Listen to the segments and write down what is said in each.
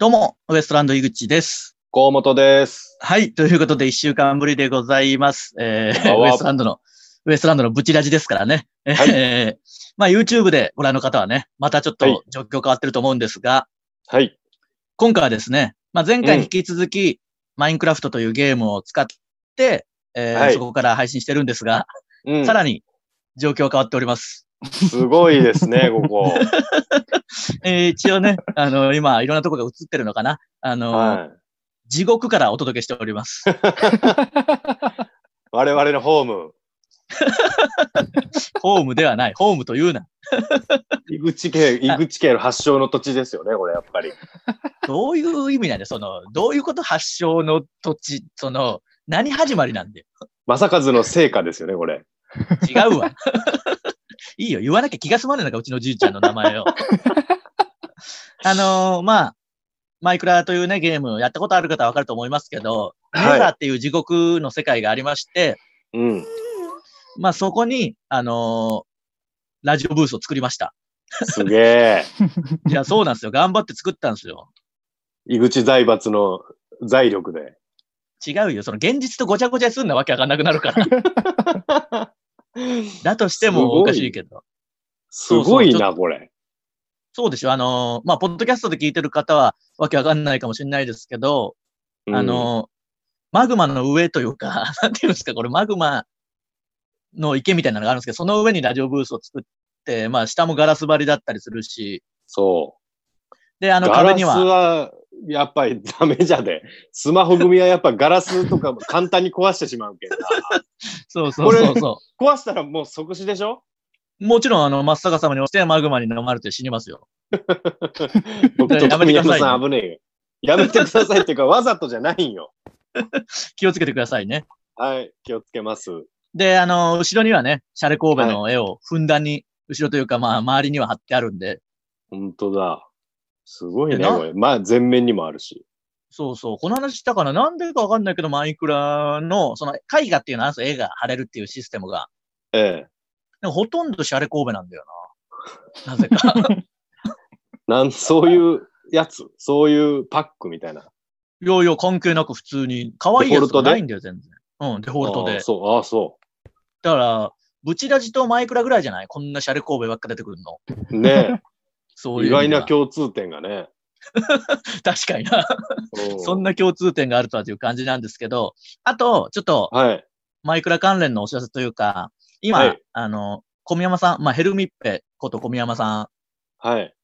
どうも、ウエストランド井口です。河本です。はい、ということで、一週間ぶりでございます。えー、あわウエストランドの、ウエストランドのブチラジですからね。はいえー まあ、YouTube でご覧の方はね、またちょっはいと状況変わってると思うんですが、はい。今回はですね、まあ、前回に引き続き、マインクラフトというゲームを使って、えーはいそこから配信してるんですが、うんさらに状況変わっております。すごいです ね、ここ。えー一 応ね、あの、今、いろんなところが映ってるのかな。あの、は地獄からお届けしております。い。我々のホーム、ホームではない。ホームというな。井口家、井口家の発祥の土地ですよね、これ、やっぱり。どういう意味なんで、その、どういうこと発祥の土地、その、何始まりなんで。正和の成果ですよね、これ。違うわ。 いいよ、言わなきゃ気が済まないのか、うちのじいちゃんの名前を。あのーまあ、マイクラというね、ゲーム、やったことある方はわかると思いますけど、はいネザーっていう地獄の世界がありまして、うん。まあそこに、あのーラジオブースを作りました。すげえ。いや、そうなんですよ。頑張って作ったんですよ。井口財閥の財力で。違うよ。その現実とごちゃごちゃにすんなわけわかんなくなるから。 だとしてすごもいおかしいけど。すごそうそういちょな、これ。そうでしょ。あのー、まあ、ポッドキャストで聞いてる方はわけわかんないかもしれないですけど、うんあ、のー、マグマの上というか、 なんていうんですか、これマグマの池みたいなのがあるんですけど、その上にラジオブースを作って、まあ、下もガラス張りだったりするし、そう。で、あのガ壁ラスには、は、やっぱりダメじゃで。スマホ組はやっぱガラスとか簡単に壊してしまうけどな。そうそうそうそ壊したらもう即死でしょう。もちろん、あの、真っ逆さまに落ちてマグマに飲まれて死にますよ。僕とやめてく富ださいね山さん危ねえよ。やめてくださいっていうか、わざとじゃないんよ。気をつけてくださいね。はい、気をつけます。で、あの、後ろにはね、シャレ神戸の絵をふんだんに、後ろというか、まあ、周りには貼ってあるんで、本当だ。すごいえね、なこれ。まあ、全面にもあるし。そうそう。この話したかななんでかわかんないけど、マイクラの、その絵画っていうのは、絵が貼れるっていうシステムが、ええ。でもほとんどシャレ神戸なんだよな。なぜ か。なん、そういうやつ、そういうパックみたいな。いやいや、関係なく普通に、可愛いやつとかないんだよ、全然。うん、デフォルトあであ。そう、ああ、そだから、ブチラジとマイクラぐらいじゃないこんなシャレ神戸ばっか出てくるの。う。ね そうえい意う意味外では。な共通点がね。確かにな。うそんな共通点があるとはという感じなんですけど、あと、ちょっと、はい。マイクラ関連のお知らせというか、今、はいあの、小宮山さん、まあ、ヘルミッペこと小宮山さんはい。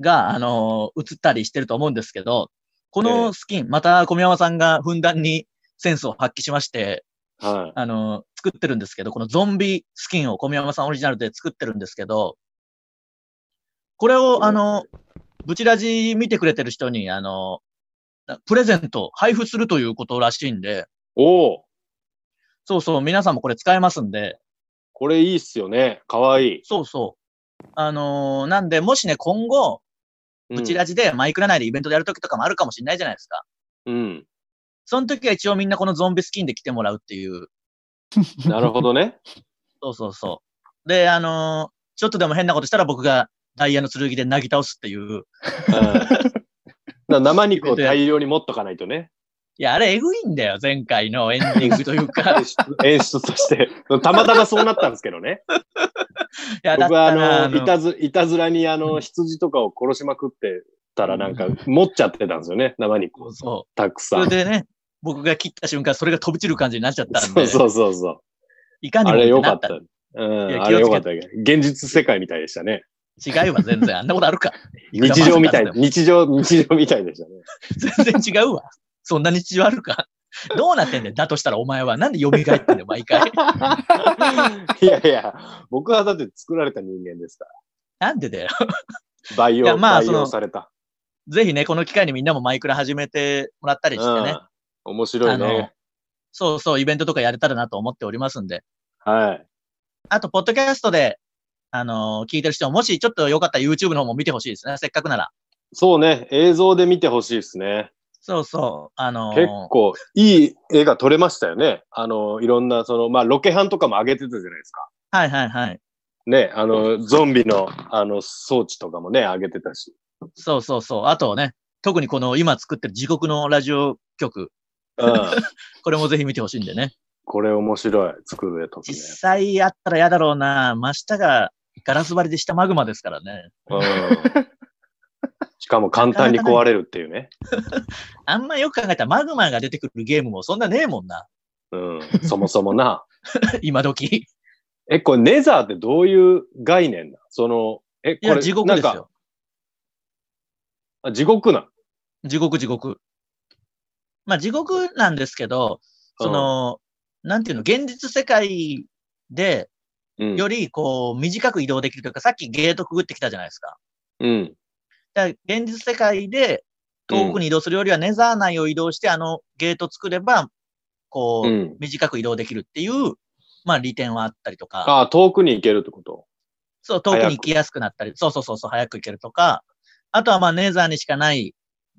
が、あのー映ったりしてると思うんですけど、こえのえスキン、また小宮山さんがふんだんにセンスを発揮しまして、はい。あのー作ってるんですけど、このゾンビスキンを小宮山さんオリジナルで作ってるんですけど、これを、あのーブチラジ見てくれてる人に、あのープレゼント、配布するということらしいんで、おおそうそう、皆さんもこれ使えますんで、これいいっすよね。かわいそうそう。あのーなんで、もしね、今後、い。ブチラジでマイクラ内でイベントでやるときとかもあるかもしれないじゃないですか。うん。その時は一応みんなこのゾンビスキンで来てもらうっていう。うん。なるほどね。そうそうそう。で、あのーちょっとでも変なことしたら僕がダイヤの剣でなぎ倒すっていう。 うんな生肉を大量に持っとかないとね。いや、あれエグいんだよ、前回のエンディングというか。い 演出演出として。たまたまそうなったんですけ どね。や、だっ僕たはら、あの、いたず、いたずらにあの、羊とかを殺しまくってたらなんか持っちゃってたんですよね。生肉そをうそたくさう。んそ。れでね、僕が切った瞬間、それが飛び散る感じになっちゃったんそで、うそうそうそう。いかにあもれ良なかっったた。。ういん、やあれ気良をつかったけど。現実世界みたいでしたね。違いは全然、あんなことあるか。いくら 日常みたマジ、いか日常、日常みたいでし たね。全然違うわ。そんな日常あるか。どうなってんだよ。だとしたらお前は。なんで蘇ってんだよ、毎回。いやいや、僕はだって作られた人間ですから。なんでだよ。培いや養、まあ培その養された。ぜひね、この機会にみんなもマイクラ始めてもらったりしてね。うん。面白いね。そうそう、イベントとかやれたらなと思っておりますんで。はい。あと、ポッドキャストで、あのー聞いてる人も、もしちょっとよかったら YouTube の方も見てほしいですね。せっかくなら。そうね、映像で見てほしいですね。そうそう、あのー結構いい絵が撮れましたよね。あの、いろんな、その、まあ、ロケハンとかも上げてたじゃないですか。はいはいはい。ね、あの、ゾンビの、あの、装置とかもね、上げてたし。そうそうそう。あとね、特にこの今作ってる地獄のラジオ局、うん。これもぜひ見てほしいんでね。これ面白い。作る絵とくね。実際やったら嫌だろうな。真下がガラス張りで下マグマですからね。うん。しかも簡単に壊れるっていうね。あんまよく考えたらマグマが出てくるゲームもそんなねえもんな。 うん。そもそもな。今時。え、これネザーってどういう概念なその、え、いこや、れ、地獄ですなんかよ。あ地獄なん。地獄、地獄。まあ地獄なんですけど、その、なんていうの、現実世界で、うん、よりこう、短く移動できるというか、さっきゲートくぐってきたじゃないですか。うん。だから現実世界で遠くに移動するよりは、ネザー内を移動して、あのゲート作れば、こうう、ん。短く移動できるっていう、まあ利点はあったりとか、ああ、遠くに行けるってことそう、遠くに行きやすくなったり、そうそうそうそう、早く行けるとか、あとはまあネザーにしかない、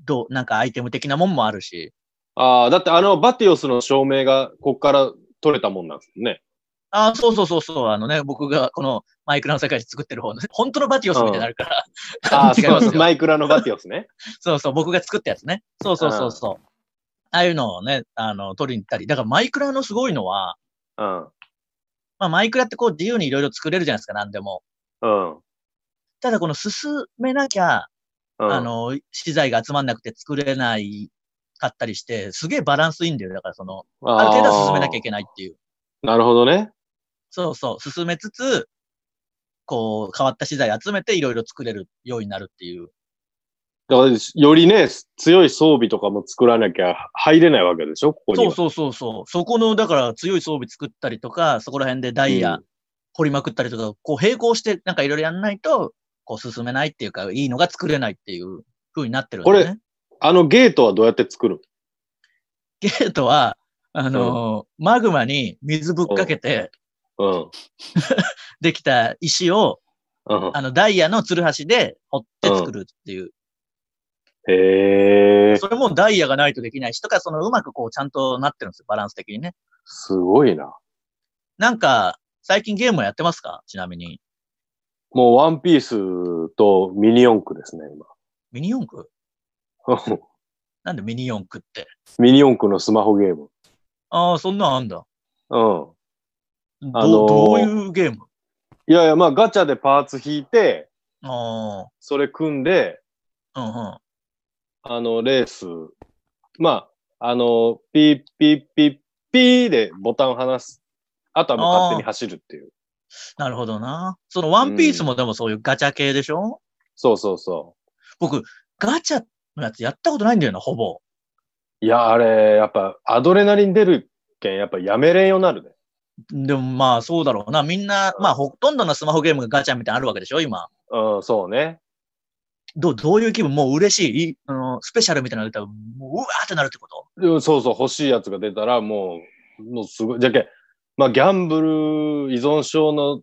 どう、なんかアイテム的なもんもあるし、ああ、だってあの、バティオスの照明が、こっから取れたもんなんですもんね。ああ、そうそうそうそう、あのね、僕がこのマイクラの世界で作ってる方の、本当のバティオスみたいになるから、ああ、 違いますそうよマイクラのバティオスね。そうそう、僕が作ったやつね。そうそうそうそう。ああいうのをね、あの、取りに行ったり。だからマイクラのすごいのは、うん。まあ、マイクラってこう自由にいろいろ作れるじゃないですか、何でも。うん。ただこの進めなきゃ、うん、あ、の、資材が集まんなくて作れないかったりして、すげえバランスいいんだよ。だからその、ある程度は進めなきゃいけけないっていう。ない。なるほどね。そうそう、進めつつ、こう、変わった資材集めていろいろ作れるようになるっていう。だから、よりね、強い装備とかも作らなきゃ入れないわけでしょここにそうは。そうそうそう。そこの、だから強い装備作ったりとか、そこら辺でダイヤうん掘りまくったりとか、こう並行してなんかいろいろやんないと、こう進めないっていうか、いいのが作れないっていう風になってるんだよね。これあのゲートはどうやって作るのゲートは、あのーマグマに水ぶっかけてうん。できた石を、うん、あの、ダイヤのツルハシで掘って作るっていう。へえ、それもダイヤがないとできないし、とか、そのうまくこうちゃんとなってるんですよ、バランス的にね。すごいな。なんか、最近ゲームはやってますかちなみに。もうワンピースとミニ四駆ですね、ミニ四駆今。 なんでミニ四駆って。ミニ四駆のスマホゲーム。ああ、そんなんあんだ。うん。ど,、あのーどういうゲームいやいや、まあガチャでパーツ引いて、あそれ組んで、あ、うんうん。あの、レース、まあ、あの、ピーピーピーピーでボタンを離す。あとはもう勝手に走るっていう。なるほどな。そのワンピースもでもそういうガチャ系でしょ、そうそうそ僕、ガチャのやつやったことないんだよな、ほぼ。う。いや、あれ、やっぱ、アドレナリン出るけん、やっぱやめれんようになるね。でもまあそうだろうな。みんな、まあほとんどのスマホゲームがガチャみたいなのあるわけでしょ今。うん、そうね。どう、どういう気分もう嬉しいいあの、スペシャルみたいなの出たら、もううわーってなるってことうんそうそう、欲しいやつが出たら、もう、もうすごい。じゃけん、まあ、ギャンブル依存症の、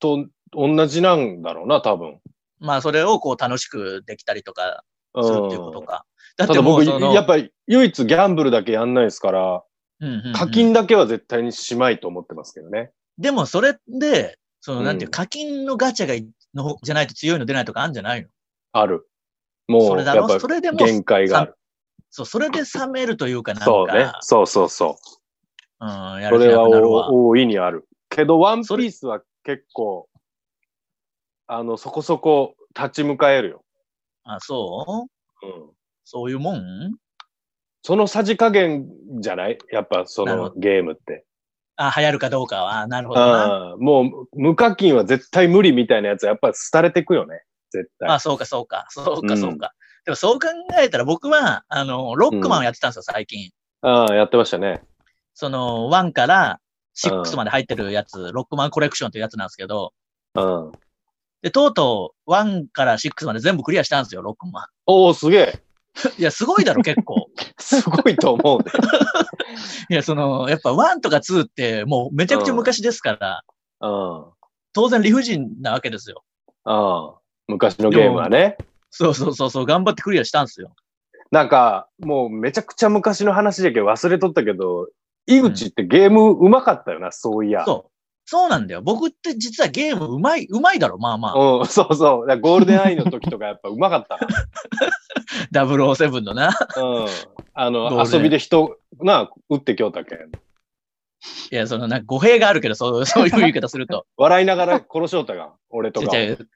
と、同じなんだろうな、多分。まあそれをこう楽しくできたりとかうんするっていうことか。だったてだも僕、うその、やっぱり唯一ギャンブルだけやんないですから、うんうんうん課金だけは絶対にしまいと思ってますけどね。でもそれで、そのなんていう、うん課金のガチャがいのじゃないと強いの出ないとかあるんじゃないのある。も、そうれだやっろぱそれでも限界がある。そう、それで冷めるというかなんか、そうね。そうそうそう。うん、やそる気れなはくなるわ。お大いにある。けど、ワンピそれースは結構、あの、そこそこ立ち向かえるよ。あ、そううん。そういうもんそのさじ加減じゃないやっぱそなるほのゲームって。あ、流行るかどうかは、あなるほどな。うん。もう、無課金は絶対無理みたいなやつはやっぱ廃れてくよね。絶対。まあ、そうか、そうか、そうか、うんそうか。でも、そう考えたら、僕は、あの、ロックマンをやってたんですよ、最近。ああ、やってましたね。その、1からう6んまで入ってるやつ、ロックマンコレクションというやつなんですけど、うん。で、とうとう、1から6まで全部クリアしたんですよ、ロックマおお、すげえ。ン。 いや、すごいだろ、結構。すごいと思うね。いや、その、やっぱ1とか2って、もうめちゃくちゃ昔ですから、うん。当然理不尽なわけですよ。うん。昔のゲームはね。そうそうそう、そう頑張ってクリアしたんですよ。なんか、もうめちゃくちゃ昔の話じゃけど忘れとったけど、井口ってゲームうまかったよな、そういや。そう。そうなんだよ。僕って実はゲームうまい、うまいだろ、まあまあ。うん、そうそう。だからゴールデンアイの時とかやっぱうまかった 007のな。な。うん。あゴーの、ルデン遊びで人、な、打ってきよったけん。いや、そのなんか語弊があるけど、 そうそういう言い方すると。笑いながら殺しよったがん。俺とかを。違う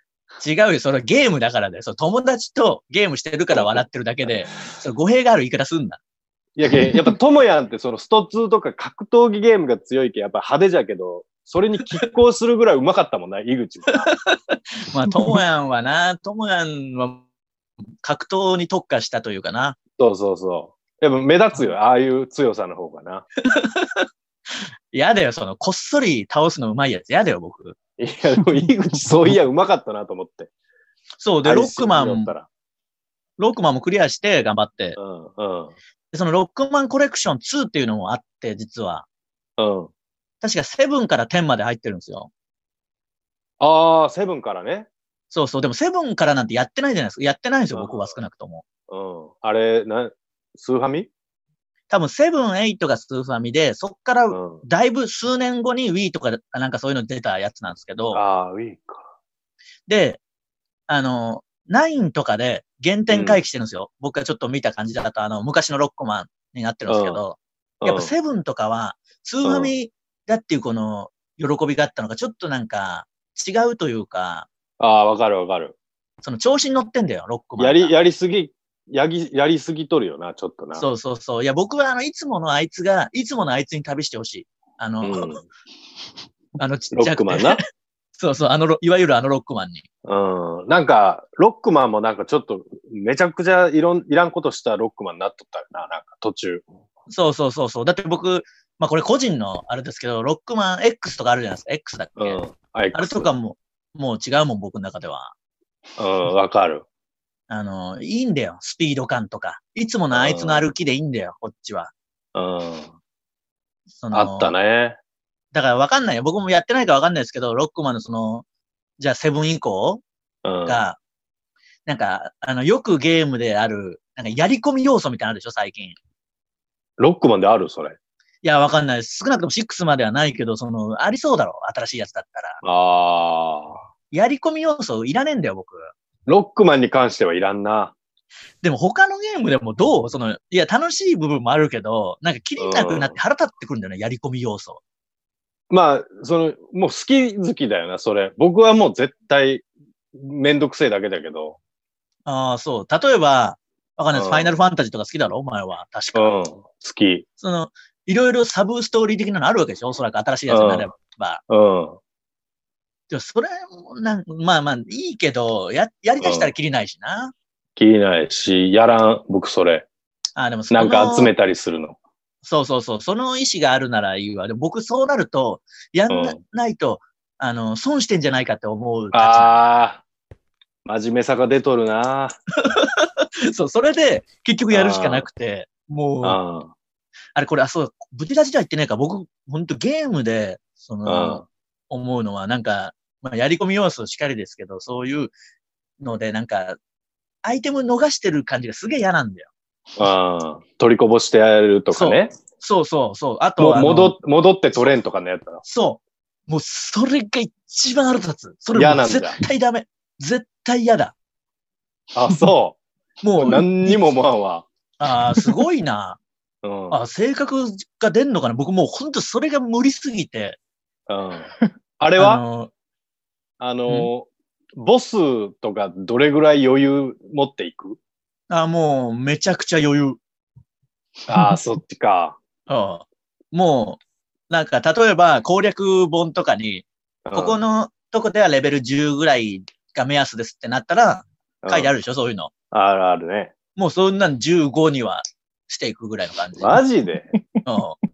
違うよ、そのゲームだからだよ。その友達とゲームしてるから笑ってるだけで、その語弊がある言い方すんな。いやけ、やっぱトモヤンってそのスト2とか格闘技ゲームが強いけん、やっぱ派手じゃけど、それに拮抗するぐらいうまかったもんな、井口もな。まあ、ともやんはな、ともやんは格闘に特化したというかな。そうそうそう。やっぱ目立つよ、ああいう強さの方がな。嫌だよ、その、こっそり倒すのうまいやつ。嫌だよ、僕。いや、でも井口そういやうまかったなと思って。そう、で、アイロックマスに乗っンた、らロックマンもクリアして頑張って。うん、でそのロックマンコレクション2っていうのもあって、実は。うん、うん。確か7から10まで入ってるんですよ。ああ、セブンからね。そうそう。でも7からなんてやってないじゃないですか。やってないんですよ、あー僕は少なくとも。うん。あれ、な、スーファミ多分7、8がスーファミで、そっからうん。だいぶ数年後に Wii とかなんかそういうの出たやつなんですけど、ああ、ウィーか。で、あの、9とかで原点回帰してるんですよ。僕がちょっと見た感じだと、あの、昔のロックマンになってるんですけど、やっぱうんセブンとかは、スーファミだっていうこの喜びがあったのが、ちょっとなんか違うというか、ああ、わかるわかる。その調子に乗ってんだよ、ロックマンが。やり、やりすぎ、やぎ、やりすぎとるよな、ちょっとな。そうそうそう。いや、僕はあの、いつものあいつが、いつものあいつに旅してほしい。あの、うん。 あのちっロちッゃくてクマンな。そうそう、あのロ、いわゆるあのロックマンに。うん。なんか、ロックマンもなんかちょっと、めちゃくちゃいろん、いらんことしたロックマンになっとったよな、なんか途中。そうそうそうそう。だって僕、まあこれ個人のあれですけど、ロックマン X とかあるじゃないですか。X だっけ、うん。あれあれとかも、もう違うもん、僕の中では。うん、わかる。あの、いいんだよ。スピード感とか。いつものあいつの歩きでいいんだよ、こっちは。うん。そのあった。ね。だからわかんないよ。僕もやってないからわかんないですけど、ロックマンのその、じゃあセブン以降うん。が、なんか、あの、よくゲームである、なんかやり込み要素みたいなのあるでしょ、最近。ロックマンであるそれ。いや、わかんないです。少なくとも6まではないけど、その、ありそうだろう。新しいやつだったら。ああ。やり込み要素いらねえんだよ、僕。ロックマンに関してはいらんな。でも他のゲームでもどうその、いや、楽しい部分もあるけど、なんか気になくなって腹立ってくるんだよね、やり込み要素。まあ、その、もう好き好きだよな、それ。僕はもう絶対、めんどくせえだけだけど。ああ、そう。例えば、わかんないです。うんファイナルファンタジーとか好きだろお前は。確うか。ん。好き。その、いろいろサブストーリー的なのあるわけでしょおそらく新しいやつになれば。うん。でもそれもなん、まあまあ、いいけど、や、やり出したらきりないしな。気にないし、やらん、僕それ。ああ、でもそのなんか集めたりするの。そうそうそう。その意思があるならいいわ。でも僕そうなると、やんな,、うんいと、あの、損してんじゃないかって思うたちなああ。真面目さが出とるな。の。そう、それで結局やるしかなくて、もう、あうん。れこれ、あ、そう、ブチラジでは言ってないから、僕、ほんとゲームで、そうんの、思うのは、なんか、まあ、やり込み要素しかりですけど、そういうので、なんか、アイテム逃してる感じがすげえ嫌なんだよ。うん。取りこぼしてやるとかね。そうそうそう。あともはあの戻っ戻って取れんとかのやったら。そう。もう、それが一番腹立つ。それ嫌もなうんだ絶対ダメ。絶対嫌だ。あ、そもう。う、何にも思わんわ。ああ、すごいな。うん。 あ性格が出んのかな僕もう本当それが無理すぎて。うん。あれあはのあのー、ボスとかどれぐらい余裕持っていくあもうめちゃくちゃ余裕。 ああ、そっちか。あもう、なんか例えば攻略本とかに、うんここのとこではレベル10ぐらいが目安ですってなったら書いてある。るでしょ、そういうの。あるあるね。もうそんなん15にはしていくぐらいの感じ。マジでうん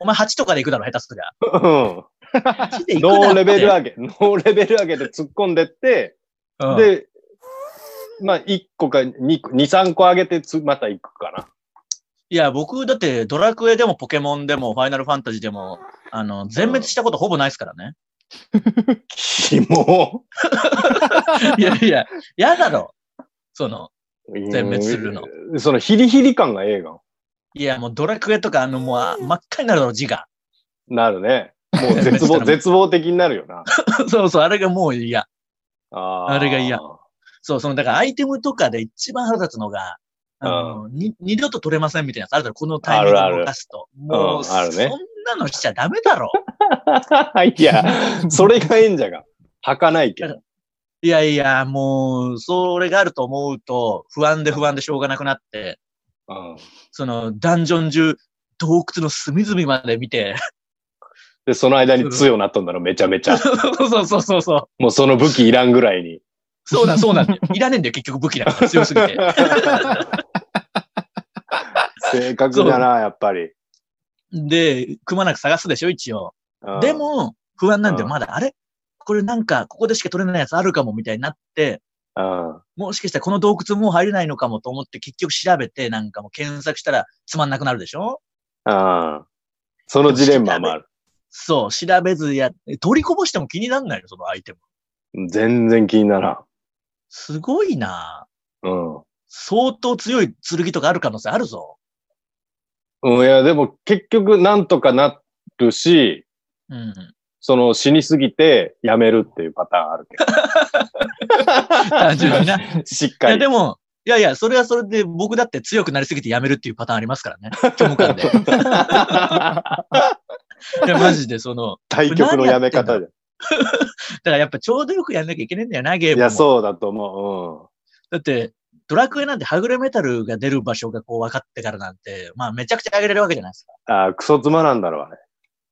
お前8とかで行くだろ、下手すりゃ。うん。 ノ8で行くだろって。ーレベル上げ。ノーレベル上げで突っ込んでって、うんで、まあ、1個か2個、2、3個上げてつ、また行くか な。いや、僕、だって、ドラクエでもポケモンでも、ファイナルファンタジーでも、あの、全滅したことほぼないですからね。キモ。 いやいや、やだろ。その、全滅するのうん。そのヒリヒリ感がええがんいや、もうドラクエとか、あの、もう、あ真っ赤になるだろ、字が。 なるね。もう絶したらも望、う絶望的になるよな。そうそう、あれがもう嫌。あーあれが 嫌。そう、その、だからアイテムとかで一番腹立つのが、あの、に二度と取れませんみたいなやつあるだろ、このタイミンあるあグるを動かすと。もう、うんあるねそんなのしちゃダメだ ろ。いや、それが演者が。儚ないけだど。いやいや、もう、それがあると思うと、不安で不安でしょうがなくなって、うんその、ダンジョン中、洞窟の隅々まで見て、で、その間に強になったんだろ、めちゃめち ゃ。そうそうそうそうそう。もうその武器いらんぐらい に。そうだ、そうなんだよ。いらねえんだよ、結局武器なんか強すぎて。正確だな、やっぱり。で、くまなく探すでしょ、一応。うんで、も、不安なんだよ、うんまだ。あれこれなんか、ここでしか取れないやつあるかも、みたいになって、うんもしかしたらこの洞窟もう入れないのかもと思って、結局調べて、なんかもう検索したらつまんなくなるでしょうんそのジレンマもある。そう、調べずや、取りこぼしても気になんないの、そのアイテム。全然気にならすごいなん。うん相当強い剣とかある可能性あるぞ。うん。いや、でも結局なんとかなるし、うん。その死にすぎてやめるっていうパターンある 単純にな。いけど。 しっかや、りで。も、いやいや、それはそれで僕だって強くなりすぎてやめるっていうパターンありますから ね。虚無感で。いや、マジでその、対局のやめ方じゃだからやっぱちょうどよくやんなきゃいけないんだよな、ゲーん。いムも。や、そうだと思だって、ドラクエなんてはぐれメタルが出る場所がこう分かってからなんて、まあめちゃくちゃ上げれるわけじゃないですか。う。うん。あークソ妻なんだろう、あれ。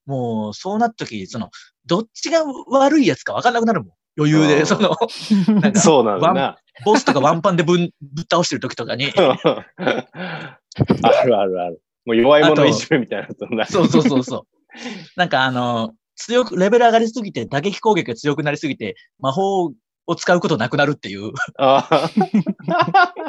もう、そうなった時、その、どっちが悪いやつか分かんなくなるもん。余裕うで、んその、なんか、そうなんだな。ボスとかワンパンでぶん、ぶっ倒してる時とかに、あ るあるある。もう弱い者いじめみたいなことになる。 そうそうそうそう。なんかあの、強く、レベル上がりすぎて、打撃攻撃が強くなりすぎて、魔法を使うことなくなるっていうあ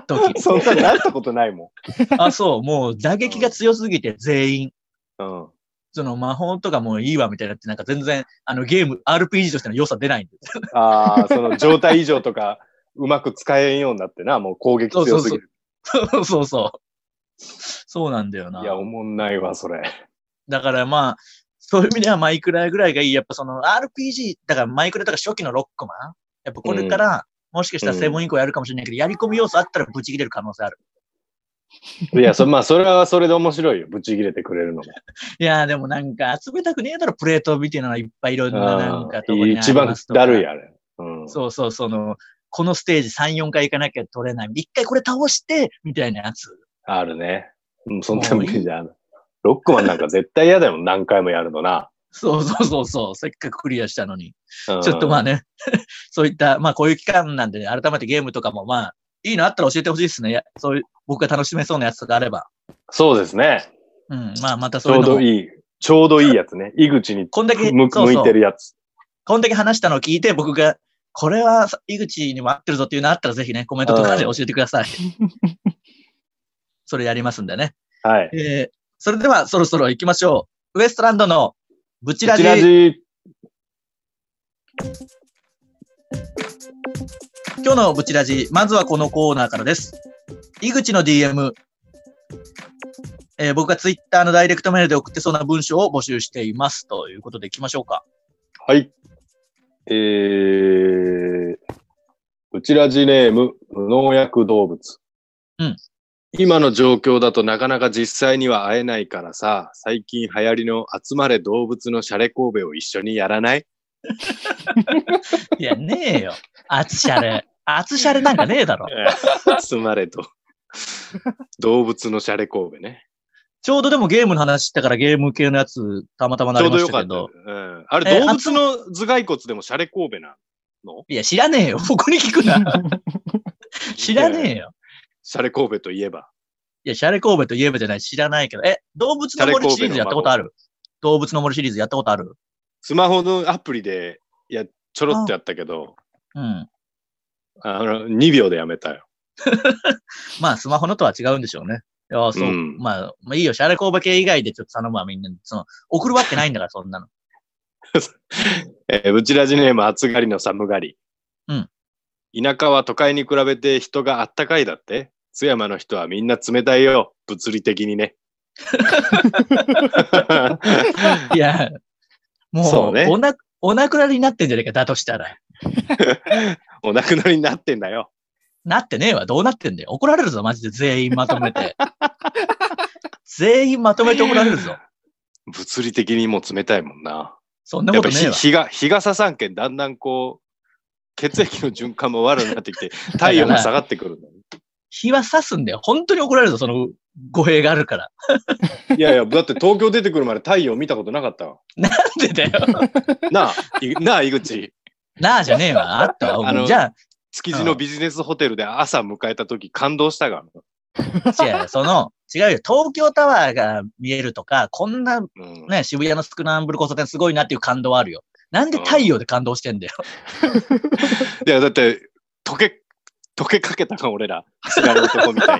時 ー。そんななったことないもあ、そう、もう打撃が強すぎて全員、ん。うん。その魔法とかもういいわみたいになって、なんか全然、あのゲーム、RPG としての良さ出ないんです。ああ、その状態異常とか、うまく使えんようになってな、もう攻撃強すぎる。。そうそうそう。そうなんだよないや、おもんないわ、それ。だからまあ、そういう意味ではマイクラぐらいがいい。やっぱその RPG、だからマイクラとか初期のロックマンやっぱこれから、もしかしたらセブン以降やるかもしれないけど、やり込み要素あったらブチ切れる可能性ある。いや、そ、まあ、それはそれで面白いよ。ぶち切れてくれるのも。いやーでもなんか集めたくねえだろ、プレートみたいなのいっぱいいろんななんかとこうんに一番だるいや。あれ。うん。そうそう、その、このステージ3、4回行かなきゃ取れない。一回これ倒して、みたいなやつ。あるね。うん、そんな無理じゃん。ロックマンなんか絶対嫌だよ。何回もやるのな。そうそうそうそう。せっかくクリアしたのに。ちょちょっとまあね、 そういった、まあこういう期間なんでね、改めてゲームとかもまあ、いいのあったら教えてほしいですね。やそういう、僕が楽しめそうなやつとかあれば。そうですね。うん。まあまたちそういょううのども。いい。ちょうどいいやつね。井口にこんだけ、向そう向そいうて。るやつ。こんだけ話したのを聞いて、僕が、これは井口にも合ってるぞっていうのあったらぜひね、コメントとかで教えてくだ さい。それやりますんでね。はい。えー、それではそろそろ行きましょう。ウエストランドのブチブラジチラジ、今日のブチラジ、まずはこのコーナーからです。井口の DM、えー僕がツイッターのダイレクトメールで送ってそうな文章を募集しています。ということで行きましょうか。はい。えー、ブチラジネーム、無農薬動物。うん今の状況だとなかなか実際には会えないからさ、最近流行りの集まれ動物のシャレ神戸を一緒にやらないいや、ねえよ。あつしゃれ。あつしゃれなんかねえだろ。集まれと。動物のシャレ神戸ね。ちょうどでもゲームの話したからゲーム系のやつたまたまなちょりうまどしよたけかったどよ。。うん、あえれ、動集物の頭蓋骨でもシャレ神戸な。いや、知らねえ よ。僕に聞くな。知らねえよ。シャレ神戸といえば。いや、シャレ神戸といえばじゃない。知らないけど。え、動物の森シリーズやったことある動物の森シリーズやったことあるスマホのアプリで、いや、ちょろっとやったけど、うん。あの、2秒でやめたよ。まあ、スマホのとは違うんでしょうね。いや、そう。うんまあ、まあいいよ。シャレコーバ系以外でちょっと頼むわ、みんなに。その、送るわけないんだから、そんなの。えー、ブチラジネーム、暑がりの寒がり。うん。田舎は都会に比べて人があったかいだって。津山の人はみんな冷たいよ。 物理的にね。いや、も、そううねおな、お亡くなりになってんじゃねえか、だとしたら。お亡くなりになってんだよ。なってねえわ、どうなってんだよ。怒られるぞ、マジで全員まとめて。 全員まとめて怒られるぞ。物理的にもう冷たいもんな。そんなやっこぱとね日えわ。日が、日がささんけんだんだんこう、血液の循環も悪くなってき て、体温が下がってくるんだよ日は刺すんだよ。本当に怒られるぞ、その語弊があるから。いやいや、だって東京出てくるまで太陽見たことなかったわ。なんでだ よ。なあ、いなあ、井口。なあじゃねえわ。あったあわ。のじゃ築地のビジネスホテルで朝迎えた時感動したが。あ、違う、その、違うよ。東京タワーが見えるとか、こんなうん、ね、渋谷のスクランブル交差点すごいなっていう感動はあるよ。なんで太陽で感動してんだよ。いや、だって、溶け、溶けかけたか、俺ら。走られる男 みたい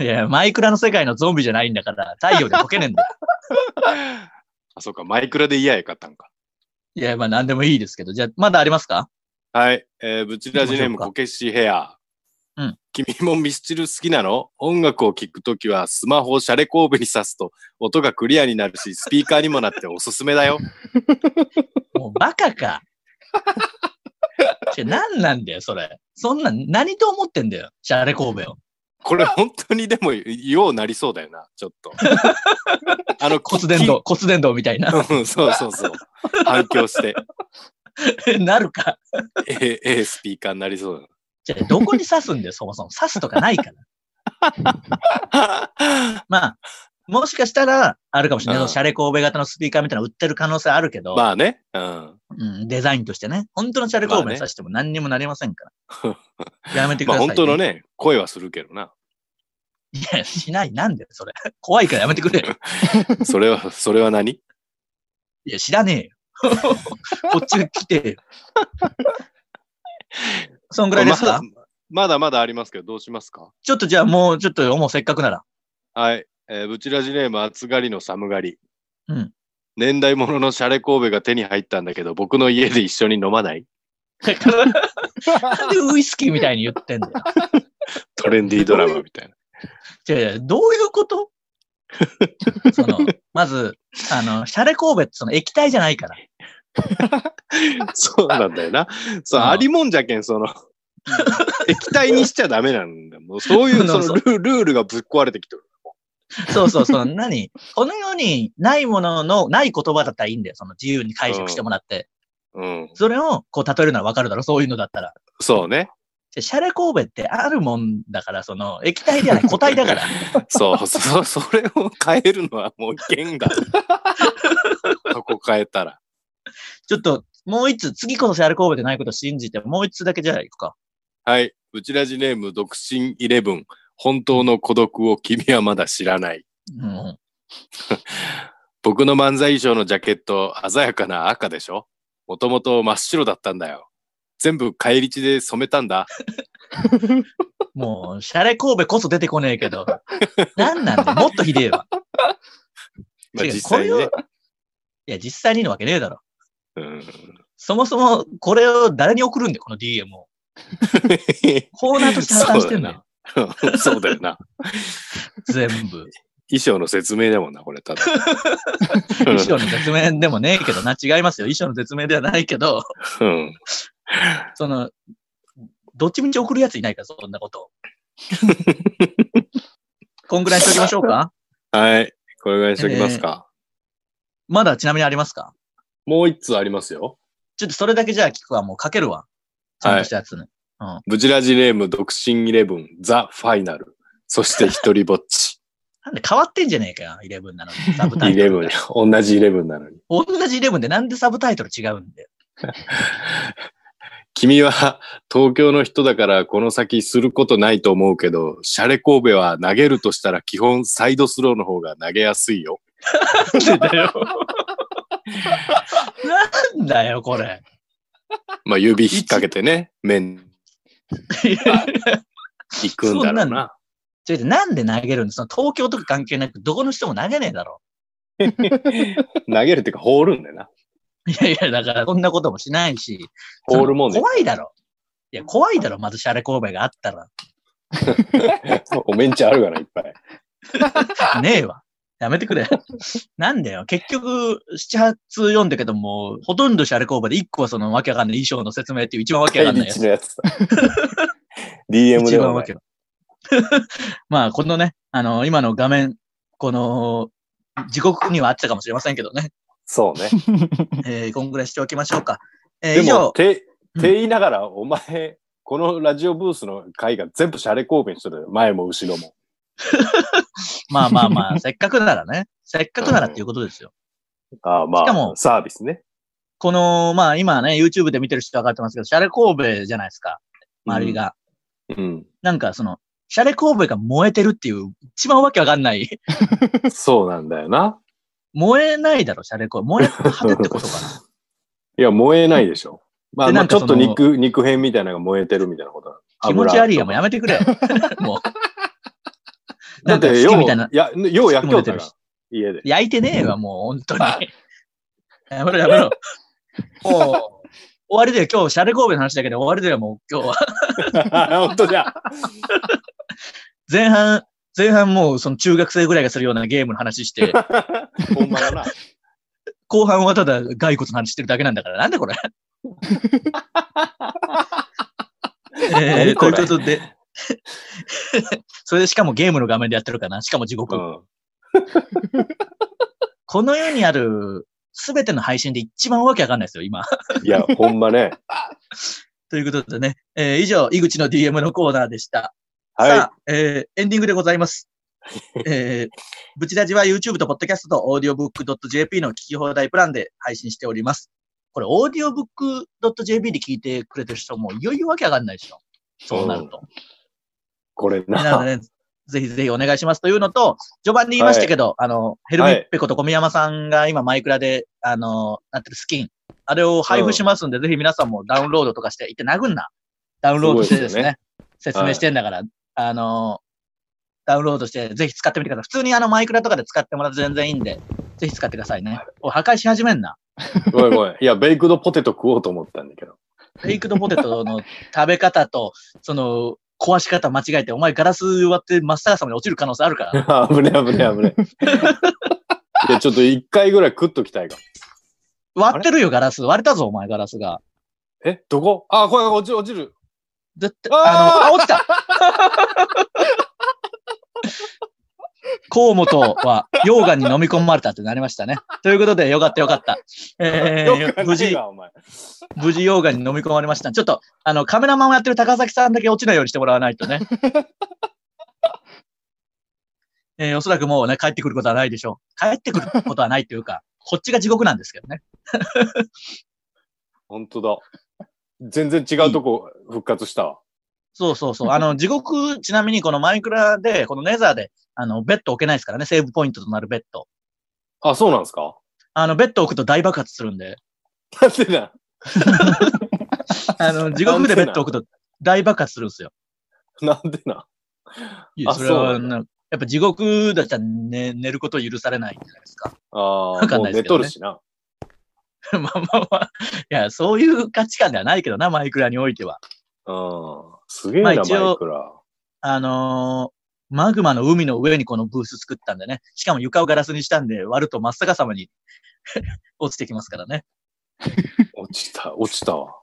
に。いや、マイクラの世界のゾンビじゃないんだから、太陽で溶けねえんだよ。あ、そうか、マイクラで嫌やかったんか。いや、まあなんでもいいですけど。じゃあ、まだありますかはい。えー、ブチラジネー行きましょム、うかこけしヘア。うん。君もミスチル好きなの音楽を聴くときは、スマホをシャレコーブに挿すと、音がクリアになるし、スピーカーにもなっておすすめだ よ。もうバカか。 違う何なんだよ、それ。そんなん、何と思ってんだよ。シャレ神戸を。これ、本当にでも、ようなりそうだよな、ちょっ と。あの、骨伝導、骨伝導みたいな。き。うん、そうそうそう。反響して、なるか。ええ、ええスピーカーになりそうだな。じゃあ、どこに刺すんだよ、そもそも。刺すとかないから。まあ、もしかしたら、あるかもしれない。うんシャレ神戸型のスピーカーみたいなの売ってる可能性あるけど、 まあね。うん。うん、デザインとしてね。本当のシャレ神戸まあねに刺しても何にもなりませんから。やめてく まだあさい、本当の。ね、声はするけどな。いや、しない。なんでそれ。怖いからやめてくれよ。それは、それは 何いや、知らねえよ。こっち来てよ。 そんぐらいですか、まだまだまだありますけど、どうしますかちょっとじゃあもう、ちょっともうせっかくな ら。はい。えーブチラジネーム、暑がりの寒がり。うん。年代物のシャレ神戸が手に入ったんだけど、僕の家で一緒に飲ま ないなんでウイスキーみたいに言ってんだよ。トレンディードラマみ たいな。じゃあ、どういうこと その、まず、あの、シャレ神戸ってその液体じゃないから。そうなんだよな。そう、うんありもんじゃけん、その、液体にしちゃダメなんだよ。もうそういう、 そのルールールがぶっ壊れてきてる。そうそうそう。何 この世にないものの、ない言葉だったらいいんだよ。その自由に解釈してもらって。うん。それを、こう、例えるのはわかるだろ。そういうのだったら。そうね。じゃあシャレ神戸ってあるもんだから、その、液体ではない、固体だから。そう、そ、それを変えるのはもう限 が。そこ変えたら。ちょっと、もう一つ、次こそシャレ神戸でないことを信じて、もう一つだけじゃあ行くか。はい。ブチラジネーム、独身イレブン。本当の孤独を君はまだ知らない。うん。僕の漫才衣装のジャケット、鮮やかな赤でしょもともと真っ白だったんだよ。全部帰り地で染めたんだ。もう、シャレ神戸こそ出てこねえけど。なんなんだよ。もっとひでえわ。まあ違う実際にね。いや、実際にいるわけねえだろ。うん、そもそも、これを誰に送るんだよ、この DM を。コーナーとして破綻してんだよ。 そうだよな。全部。衣装の説明だもんな、これ、 ただ。衣装の説明でもねえけどな、違いますよ。衣装の説明ではないけど、うん。その、どっちみち送るやついないから、そんなこと。こんぐらいにしときましょうかはい。これぐらいにしときますか。まだちなみにありますかもう一通ありますよ。ちょっとそれだけじゃあ聞くわ、もうかけるわ。ちゃんとしたやつね。ブチラジネーム、独身イレブン、ザ・ファイナル。そして、一人ぼっち。なんで変わってんじゃねえかよ、イレブンなのに。サブタ イイトレルブンが。、同じイレブンなのに。同じイレブンでなんでサブタイトル違うんだよ。君は東京の人だからこの先することないと思うけど、シャレ神戸は投げるとしたら基本サイドスローの方が投げやすいよ。なんでだよ。なんだよ、これ。まあ指引っ掛けてね、面いや行くんだろうな。ちょいちょいなんで投げるんですその東京とか関係なく、どこの人も投げねえだろ。投げるっていうか放るんだよな。いやいや、だからそんなこともしないし。放るもんそでの。怖いだろ。いや、怖いだろ、まずシャレ神戸があったら。 おめんちゃあるがな、いっぱい。 ねえわ。やめてくれ。なんだよ。結局、7発読んだけども、ほとんどシャレ工場で1個はそのわけわかんない衣装の説明っていう一番わけわかんない やつのやつ。DM 一でもな番わいけは。 まあ、このね、あの、今の画面、この、時刻にはあってたかもしれませんけどね。そうね。えー、こんぐらいしておきましょうか。えー、で以上、も、て、ってうん言いながら、お前、このラジオブースの回が全部シャレ神戸にしてるよ。前も後ろも。 まあまあまあ、せっかくならね、せっかくならっていうことですよ。ああ、ましかもあ、サービスね。この、まあ今ね、YouTube で見てる人は分かってますけど、シャレ神戸じゃないですか、周りが。うん。なんかその、シャレ神戸が燃えてるっていう、一番わけわかんない。 そうなんだよな。燃えないだろ、シャレ神戸。燃え果てってことかな。いや、燃えないでしょ。まあ、でまなあんちかょそっのと肉、肉片みたいなのが燃えてるみたいなことなの気持ち悪いや、もう 油やめてく れ。もう。とかだって、なんかよ好きう、みたいな。や、よう焼きょう好きも出てたるらし、家で。 焼いてねえわ、もう、本当に。やめろ、やめ ろ。もう、終わりだよ。今日、シャレ神戸の話だけど終わりだよ、もう、今日は。本当 じゃ。前半、前半もう、その中学生ぐらいがするようなゲームの話して、ほんまだな。後半はただ骸骨の話してるだけなんだから、なん だこれ。えー何といこうれことで、 それでしかもゲームの画面でやってるかな、しかも地獄。うん。この世にあるすべての配信で一番わけわかんないですよ、今。 いや、ほんまね。ということでね、えー以上、井口の DM のコーナーでした。さはあ、えーエンディングでございます。えー、ブチラジは YouTube と Podcast と audiobook.jp の聞き放題プランで配信しております。これ、audiobook.jp で聞いてくれてる人もいよいよわけわかんないでしょ。そうなると。い。これなのな。でね、ぜひぜひお願いしますというのと、序盤で言いましたけど、あの、ヘルミッペこと小宮山さんが今マイクラで、あの、なってるスキン、あれを配布しますんで、ぜひ皆さんもダウンロードとかして、言って殴んな。ダウンロードしてですね、すごいで説明してんだから、あの、ダウンロードして、ぜひ使ってみてください。普通にあのマイクラとかで使ってもらって全然いいんで、ぜひ使ってくださいね。おい破壊し始めんな。ごめんごめん。いや、ベイクドポテト食おうと思ったんだけど。フェイクドポテトの食べ方と、その、壊し方間違えて、お前ガラス割って真っ逆さまに落ちる可能性あるから。 危ねえ危ねえ危ねえ。 いや、ちょっと一回ぐらい食っときたいが。割ってるよ、ガラス。割れたぞ、お前、ガラスが。え、どこあ、これ落ちる落ちる。だって、あーあの、あ、落ちた河本は溶岩に飲み込まれたってなりましたね。ということで、よかったよかった。えよくー、無ない事、わ、お前。無事溶岩に飲み込まれました。ちょっと、あの、カメラマンをやってる高崎さんだけ落ちないようにしてもらわないとね。えー、おそらくもうね、帰ってくることはないでしょう。帰ってくることはないというか、こっちが地獄なんですけどね。本当だ。全然違うとこ復活したわ。そうそうそう。 あの、地獄、ちなみにこのマイクラで、このネザーで、あの、ベッド置けないですからね、セーブポイントとなるベッド。あ、そうなんですかあの、ベッド置くと大爆発するんで、なんでな。 あの、 地獄でベッド置くと大爆発するんですよ。なんでな。いやあそれはそうな、やっぱ地獄だったら、ね、寝ること許されないんじゃないですか。 あわあ、かんもなういです寝けどとねるしな。まあまあまあ。いや、そういう価値観ではないけどな、マイクラにおいては。うん。すげえまあな、マイ一応クラ。あのーマグマの海の上にこのブース作ったんでね。しかも床をガラスにしたんで、割ると真っ逆さまに 落ちてきますからね。落ちた、落ちたわ。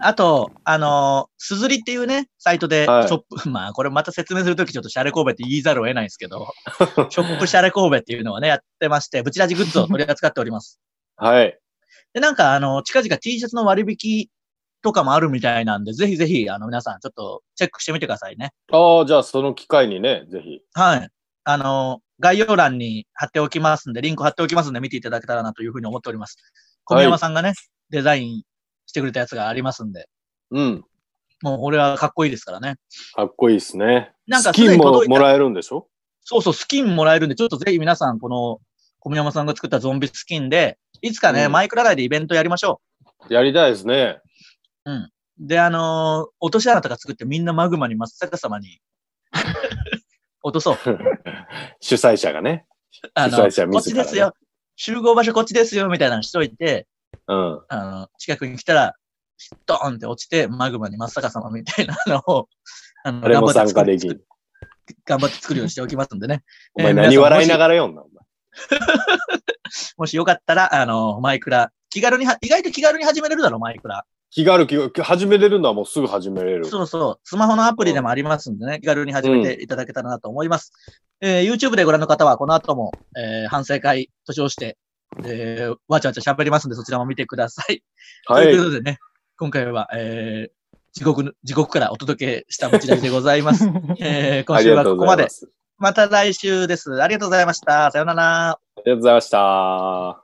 あと、あのー、すずりっていうね、サイトで、シはいョップ、 まあ、これまた説明するときちょっとシャレ神戸って言いざるを得ないんですけ ど、ショップシャレ神戸っていうのはね、やってまして、ブチラジグッズを取り扱っており ます。はい。で、なんか、あの、近々 T シャツの割引とかもあるみたいなんで、ぜひぜひ、あの、皆さんちょっとチェックしてみてくださいね。ああ、じゃあその機会にね、ぜひ。はい。あの、概要欄に貼っておきますんで、リンク貼っておきますんで、見ていただけたらなというふうに思っております。小宮山さんがね、デザインしてくれたやつがありますんで、うん。もう俺はかっこいいですからね。かっこいいですね。なんかスキすでンにも届いたもらえるんでしょそうそう、スキンもらえるんで、ちょっとぜひ皆さん、この、小宮山さんが作ったゾンビスキンで、いつかね、うんマイクラ内でイベントやりましょやりたいですね。う。で、あのー落とし穴とか作ってみんなマグマに真っ逆さま に、落とそう。主催者がね。あ主の、催者自らねこっちですよ。集合場所こっちですよ、みたいなのしといて、うん。あの、近くに来たら、ドーンって落ちて、マグマに真っ逆さまみたいなのを、あの誰も頑張って参加作でっきん。頑張って作るようにしておきますんでね。お前何笑いながら読んだ、お前。もしよかったら、あの、マイクラ、気軽には、意外と気軽に始めれるだろ、マイクラ。気軽気軽、始めれるのはもうすぐ始めれる。そうそう、スマホのアプリでもありますんでね、気軽に始めていただけたらなと思います。えー YouTube でご覧の方は、この後も、えー反省会と称して、えーわちゃわちゃ喋りますんで、そちらも見てください。はいという。ことでね、今回は、えー地獄の、地獄からお届けした持ち出しでござい ます。えー今あり週がはとうここごまざいでま。す。また来週です。ありがとうございました。さようなら。ありがとうございました。